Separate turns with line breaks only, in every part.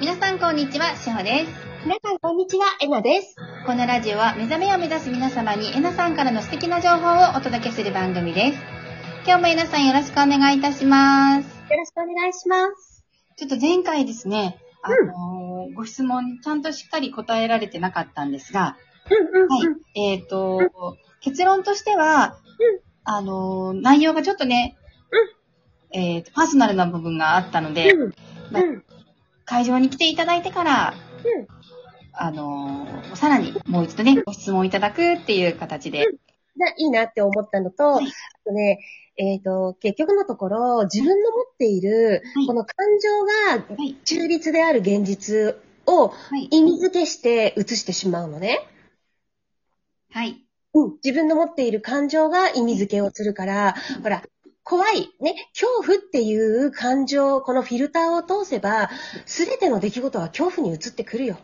皆さんこんにちは、しほです。
皆さん、こんにちは。えなです。
このラジオは目覚めを目指す皆様にえなさんからの素敵な情報をお届けする番組です。今日もえなさんよろしくお願いいたします。
よろしくお願いします。
ちょっと前回ですね、あのーご質問にちゃんとしっかり答えられてなかったんですが、
うんうん、
はい
うん。。
えっ、と、結論としては、あのー内容がちょっとね、えっ、と、パーソナルな部分があったので、
うん。
ま
うん。
会場に来ていただいてから、
うん
あのーさらにもう一度ね、ご質問いただくっていう形で、
ないいなって思ったのと、
はい
あとね、えっ、と、結局のところ、自分の持っている
はい、
この感情が
はい、
中立である現実を
はい、
意味付けして映してしまうのね。
はい、
うん。自分の持っている感情が意味付けをするから、ほら、怖い、ね、恐怖っていう感情、このフィルターを通せば、すべての出来事は恐怖に移ってくるよ。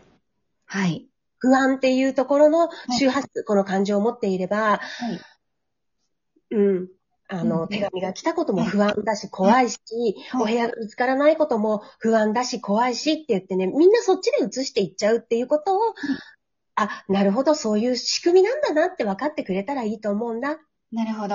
はい、
不安っていうところの周波数、この感情を持っていれば、
はい、
うん。あの、
うん
手紙が来たことも不安だし、怖いし、
はい
お部屋が見つからないことも不安だし、怖いしって言ってね、みんなそっちで移していっちゃうっていうことを、あ、なるほど、そういう仕組みなんだなって分かってくれたらいいと思うんだ。
なるほど、
うん。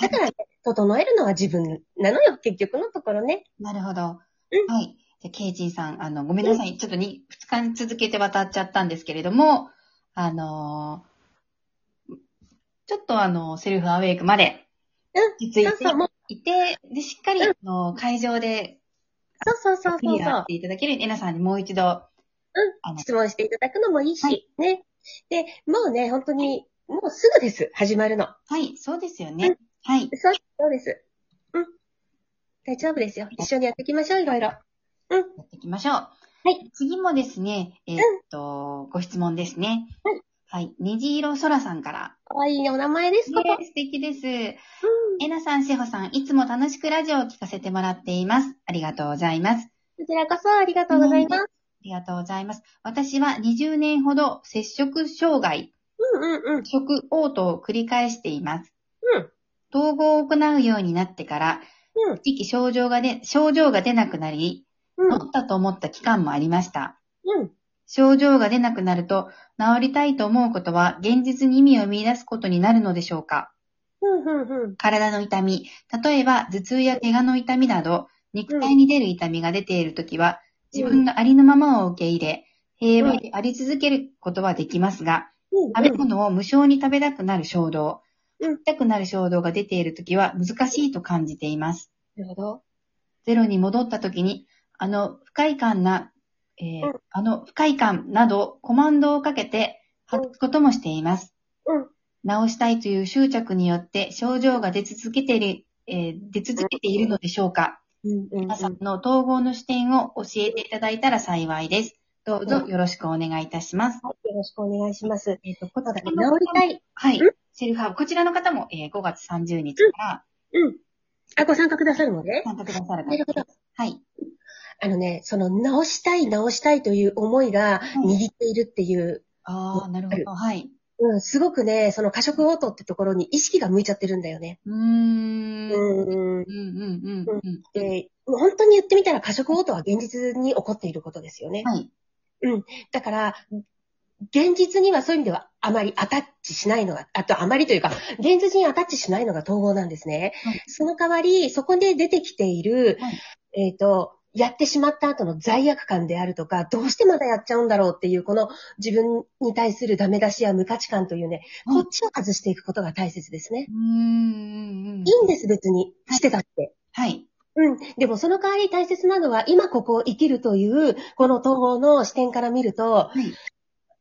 だからね、整えるのは自分なのよ、結局のところね。
なるほど。は
う
い。じゃあ、ケイジンさん、あの、ごめんなさい。ちょっとに2日に続けて渡っちゃったんですけれども、あのーちょっとあの、セルフアウェイクまで、
うん
落ち着い
そうそう、もう、
ていて、で、しっかり、
うん
あの、会場で
そうそうそう
ク
そう
リ
そ
ア
う
し。ていただけるエナさんにもう一度。はあの
質問していただくのもいいし、
はい
ね。で、もうね、本当に、もうすぐです、始まるの。
い、そうですよ
う
ね。はい。
そうです、そうです。うん。大丈夫ですよ。一緒にやっていきましょう、いろいろ。うん。。
やっていきましょう。はい次もですね、えーっと、ご質問ですね。はい。はい。虹色空さんから。
かわいいお名前です、ここ。
ね素敵です。えなさん、しほさん、いつも楽しくラジオを聞かせてもらっています。ありがとうございます。
こちらこそありがとうございます。
ありがとうございます。私は20年ほど接触障害、
うんうんうん。
食応答を繰り返しています。
うん。
統合を行うようになってから、
うん
一時期症状がで、症状が出なくなり、
うん。
治ったと思った期間もありました。
うん。
症状が出なくなると、治りたいと思うことは現実に意味を見出すことになるのでしょうか
うん。うん。うん。
体の痛み、例えば頭痛や怪我の痛みなど、肉体に出る痛みが出ているときは、
うん
自分のありのままを受け入れ、平和であり続けることはできますが、
うん。
食べ物を無償に食べたくなる衝動、
うん
食べたくなる衝動が出ているときは難しいと感じています。
なるほど。
ゼロに戻った時に、あの不快感な、えー
うん
あの不快感などコマンドをかけて外すこともしています。
うん。
直したいという執着によって症状が出続けている、えー出続けているのでしょうか
うん。うん。
皆さんの統合の視点を教えていただいたら幸いです。どうぞよろしくお願いいたします。
よろしくお願いします。
えっ、と、こ
そうだ
ち
ね
ら、の
治りたい。
はい
うん。
セルフハブ。こちらの方も、えー5月30日から
うん。あ、ご参加くださるのね。
参加くださる方
なるほど
です。はい。
あのね、その、直したい、直したいという思いが握っているっていう、
ああ、なるほど。はい。
うん、すごくね、その、過食応答ってところに意識が向いちゃってるんだよね。
うーん。
うん。
うんうんうんうん。
で、本当に言ってみたら過食応答は現実に起こっていることですよね。
はい。
だから、現実にはそういう意味ではあまりアタッチしないのが、あとあまりというか、現実にアタッチしないのが統合なんですね。
はい
その代わり、そこで出てきている、
は
えっ、と、やってしまった後の罪悪感であるとか、どうしてまたやっちゃうんだろうっていう、この自分に対するダメ出しや無価値観というね、
はい
こっちを外していくことが大切ですね。
うーん。
いいんです、別に。してたって。
はい。
うん。でもその代わり大切なのは、今ここを生きるという、この統合の視点から見ると、
はい。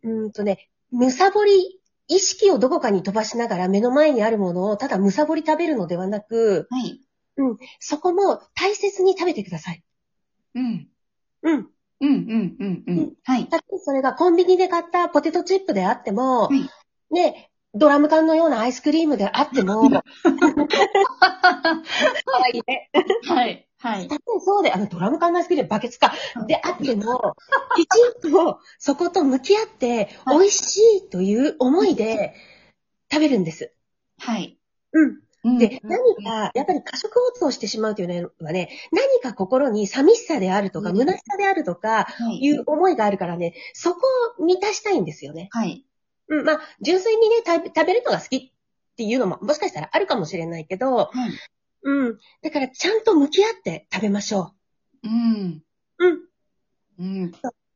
うんとね、むさぼり、意識をどこかに飛ばしながら目の前にあるものをただむさぼり食べるのではなく、
はい。
そこも大切に食べてください。
うん。
うん。
うんうんうんう
うんん。
はい。
たとえそれがコンビニで買ったポテトチップであっても、
はい
ね、ドラム缶のようなアイスクリームであっても、可愛いね。
はい。はい。
例えばそうで、あの、ドラム缶のアイスクリームバケツか、であっても、きちんとそこと向き合って、
はい
美味しいという思いで食べるんです。
はい。
うん。
うん
で、何か、やっぱり過食応答してしまうというのはね、何か心に寂しさであるとか、
うん
虚しさであるとか、
はい
いう思いがあるからね、そこを満たしたいんですよね。
はい。
うん、まあ、純粋にね、食べ食べるのが好きっていうのも、もしかしたらあるかもしれないけど、
はい。
うん。だから、ちゃんと向き合って食べましょ
うん。
う。うん。
うん。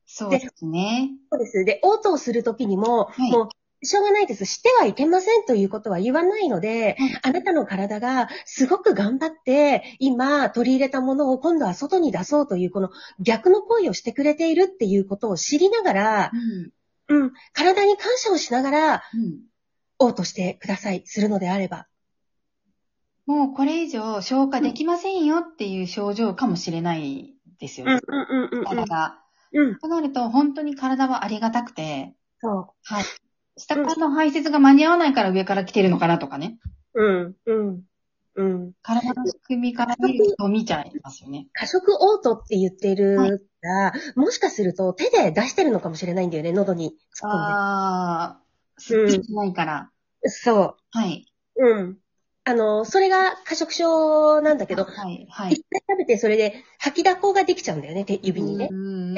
そうですね。
そうです。で、応答するときにも、
はい
もう、しょうがないです。してはいけませんということは言わないので、
はい
あなたの体がすごく頑張って、今取り入れたものを今度は外に出そうという、この逆の行為をしてくれているっていうことを知りながら
う、ん。
うん、体に感謝をしながら、
うん。
応答してください。するのであれば。
もうこれ以上消化できませんよっていう症状かもしれないですよ
うん、
ね
うん、、うん、うん
体が。
うん。うん、
となると、本当に体はありがたくて、
そ
はい。下からの排泄が間に合わないから上から来てるのかなとかね。
う。うん、うん、うん。
体の仕組みから見ると見ちゃいますよね。
過食応答って言って
は
るから、もしかすると手で出してるのかもしれないんだよね、喉に突っ込んで。
ああ、すっきりしないから。
そう。
はい。
うん。あの、それが過食症なんだけど、
はい、はい。
一回食べてそれで吐き出こうができちゃうんだよね、手指にね。
うんうんうんう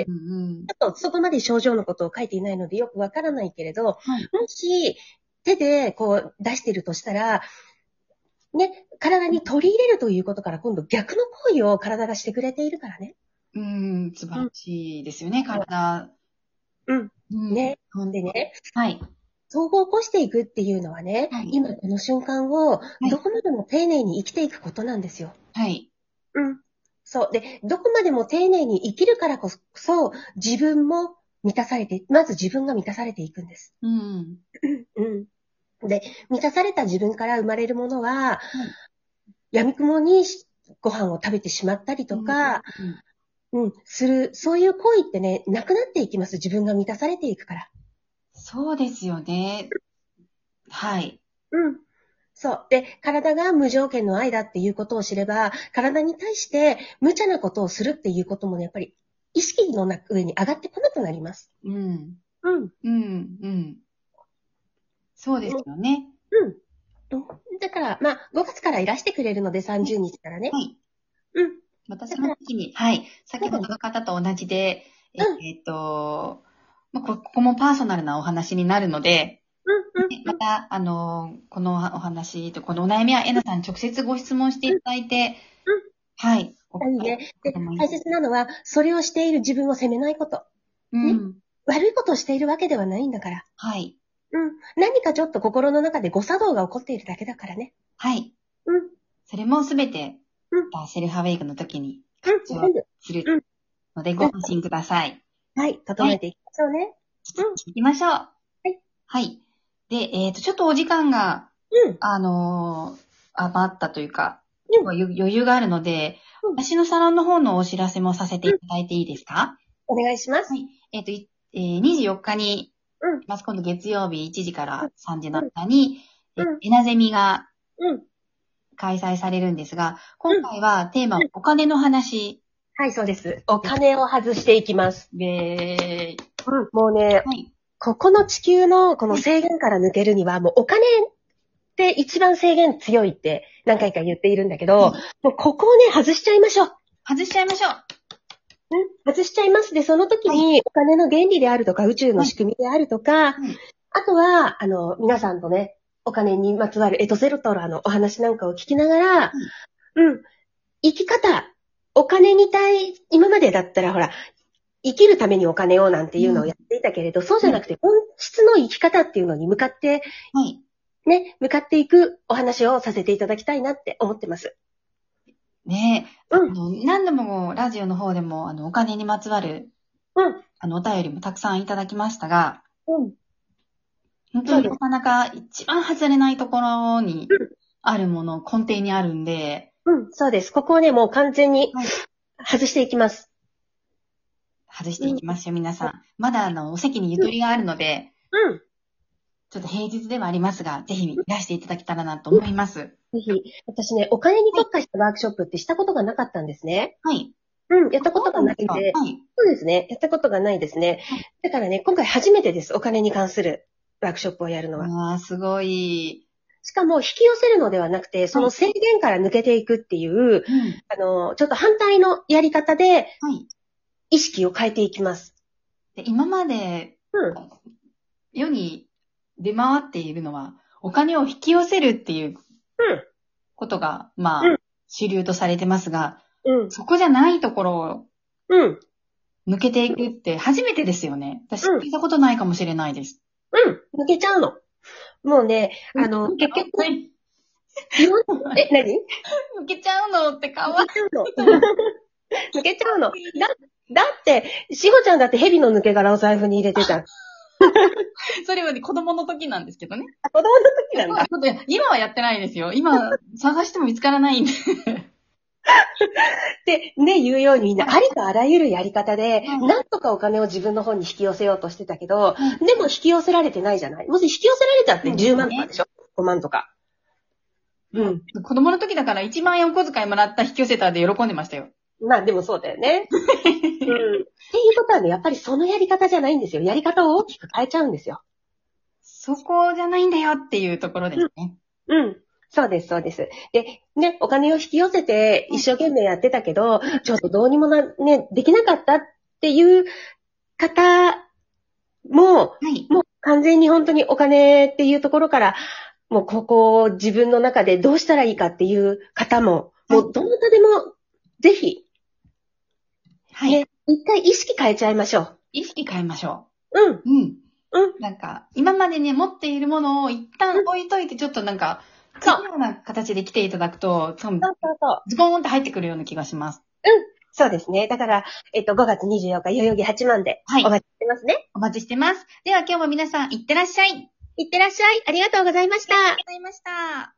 ん。
ちょっとそこまで症状のことを書いていないのでよくわからないけれど、
はい
もし手でこう出してるとしたら、ね、体に取り入れるということから今度逆の行為を体がしてくれているからね。
うん、素晴らしいですよね、体。
うん。
うん
ね。
ほん
で
でね。
ね、
はい。
統合を起こしていくっていうのはね、
はい
今この瞬間を
い
どこまでも丁寧に生きていくことなんですよ。
はい。
うん。そう。で、どこまでも丁寧に生きるからこそ、自分も満たされて、まず自分が満たされていくんです。
うん。
うん。で、満たされた自分から生まれるものは、闇雲にしご飯を食べてしまったりとか、
うん、
うん、する、そういう行為ってね、なくなっていきます。自分が満たされていくから。
そうですよね。はい。
うん。そう。で、体が無条件の愛だっていうことを知れば、体に対して無茶なことをするっていうこともね、やっぱり意識のな上に上がってこなくなります。
うん。
うん。
うん。うん。そうですよね。
うん。だから、まあ、5月からいらしてくれるので、30日からね。
はい。
うん。
私の時に、はい。先ほどの方と同じで、え
う
えっと、まあ、こここもパーソナルなお話になるので、
うん、
ねまた、あの、このお話と、このお悩みはえなさんに直接ご質問していただいて
うん、
はい。
うん。いいね。で、
ご回答
大切なのは、それをしている自分を責めないこと。
うん。
悪いことをしているわけではないんだから。
はい。
うん。何かちょっと心の中で誤作動が起こっているだけだからね。
はい。
うん。
それもすべて
うん、
またセルフアウェイクの時に
うん。
そう
全部。
するので、ご安心ください。
はい。整えていきましょうね。。
行きましょう。はいはい。で、えっ、と、ちょっとお時間が、
うん。
あのー余ったというか、
うん
余余裕があるので、
うん
私のサロンの方のお知らせもさせていただいていいですか、
お願いします。
はい。えっ、と、いえー24日に、
うん
まず今度月曜日1時から3時の間に、え
うん
エナゼミが
うん。
開催されるんですが、今回はテーマはお金の話
はい、そうです。お金を外していきます。
で、
うん。もうね、
はい。
ここの地球のこの制限から抜けるには、もうお金って一番制限強いって何回か言っているんだけど、もうここをね、外しちゃいましょう。
外しちゃいましょう。
うん外しちゃいます。で、その時にお金の原理であるとか、宇宙の仕組みであるとか、
い
あとは、あの、皆さんとね、お金にまつわるエトセルトラのお話なんかを聞きながら、うん、生き方、お金に対、今までだったらほら、生きるためにお金をなんていうのをやっていたけれど、そうじゃなくて、本質の生き方っていうのに向かって、
はい。
ね、向かっていくお話をさせていただきたいなって思ってます。
ねえ、
うん
あの何度もラジオの方でも、あの、お金にまつわる、
うん
あの、お便りもたくさんいただきましたが、
うん。
本
そ
当
う
に
です
なかなか一番外れないところに
うん
あるもの、根底にあるんで、
うん、そうです。ここをね、もう完全に
はい
外していきます。
外していきましょう、皆さん。まだ、あの、お席にゆとりがあるので、
うん。
ちょっと平日ではありますが、ぜひいらしていただけたらなと思います。
ぜひ、私ね、お金に特化したワークショップってしたことがなかったんですね。
はい。
うん、やったことがないん
は
で。
い。
そうですね。やったことがないですね。だからね、今回初めてです。お金に関するワークショップをやるのは。
ああ、すごい。
しかも引き寄せるのではなくて、その制限から抜けていくっていう、
うん。はい。
あの、ちょっと反対のやり方で意識を変えていきます。
で今まで
うん。
世に出回っているのは、お金を引き寄せるっていう
うん
ことが、まあ
うん、
主流とされてますが、
うん。
そこじゃないところ
うん。
を抜けていくって初めてですよね。私、
うん
聞いたことないかもしれないです。
うん。抜けちゃうの。もうね、あの、
抜けち
結
ゃう
局、え、何
抜けちゃうのってかわい
抜けちゃうの。抜けちゃうの。だ、だって、しほちゃんだって蛇の抜け殻を財布に入れて た。
い。 それはね、子供の時なんですけどね。
あ子供の時なんだ。
ちょっと今はやってないですよ。今、探しても見つからないんで。
ってね、言うようにみんな、ありとあらゆるやり方で、
うん
なんとかお金を自分の方に引き寄せようとしてたけど、でも引き寄せられてないじゃないもし引き寄せられたって
うん
10万とかでしょ ?5 万とか。うん。
子供の時だから1万円お小遣いもらった引き寄せたで喜んでましたよ。
まあでもそうだよ ね。うん。っていうことはね、やっぱりそのやり方じゃないんですよ。やり方を大きく変えちゃうんですよ。
そこじゃないんだよっていうところですね。
うん。そうです、そうです。で、ね、お金を引き寄せて一生懸命やってたけど、ちょっとどうにもな、ね、できなかったっていう方も、
はい。
もう完全に本当にお金っていうところから、もうここを自分の中でどうしたらいいかっていう方も、もうどなたでも、ぜひ、
はい。
ね一回意識変えちゃいましょう。
意識変えましょ
うん、
う。うん。
うん。
なんか、今までね、持っているものを一旦置いといて、ちょっとなんか、そ
そう
のような形で来ていただくと、その
そうそうそう。
ズボンって入ってくるような気がします。
そうですね。だから、えっと、5月24日、代々木8万で、
は
お
い。
待ちしてますね。
お待ちしてます。では今日も皆さん、いってらっしゃい。ありがとう
いってらっしゃい。ありがとうございました。
ございました。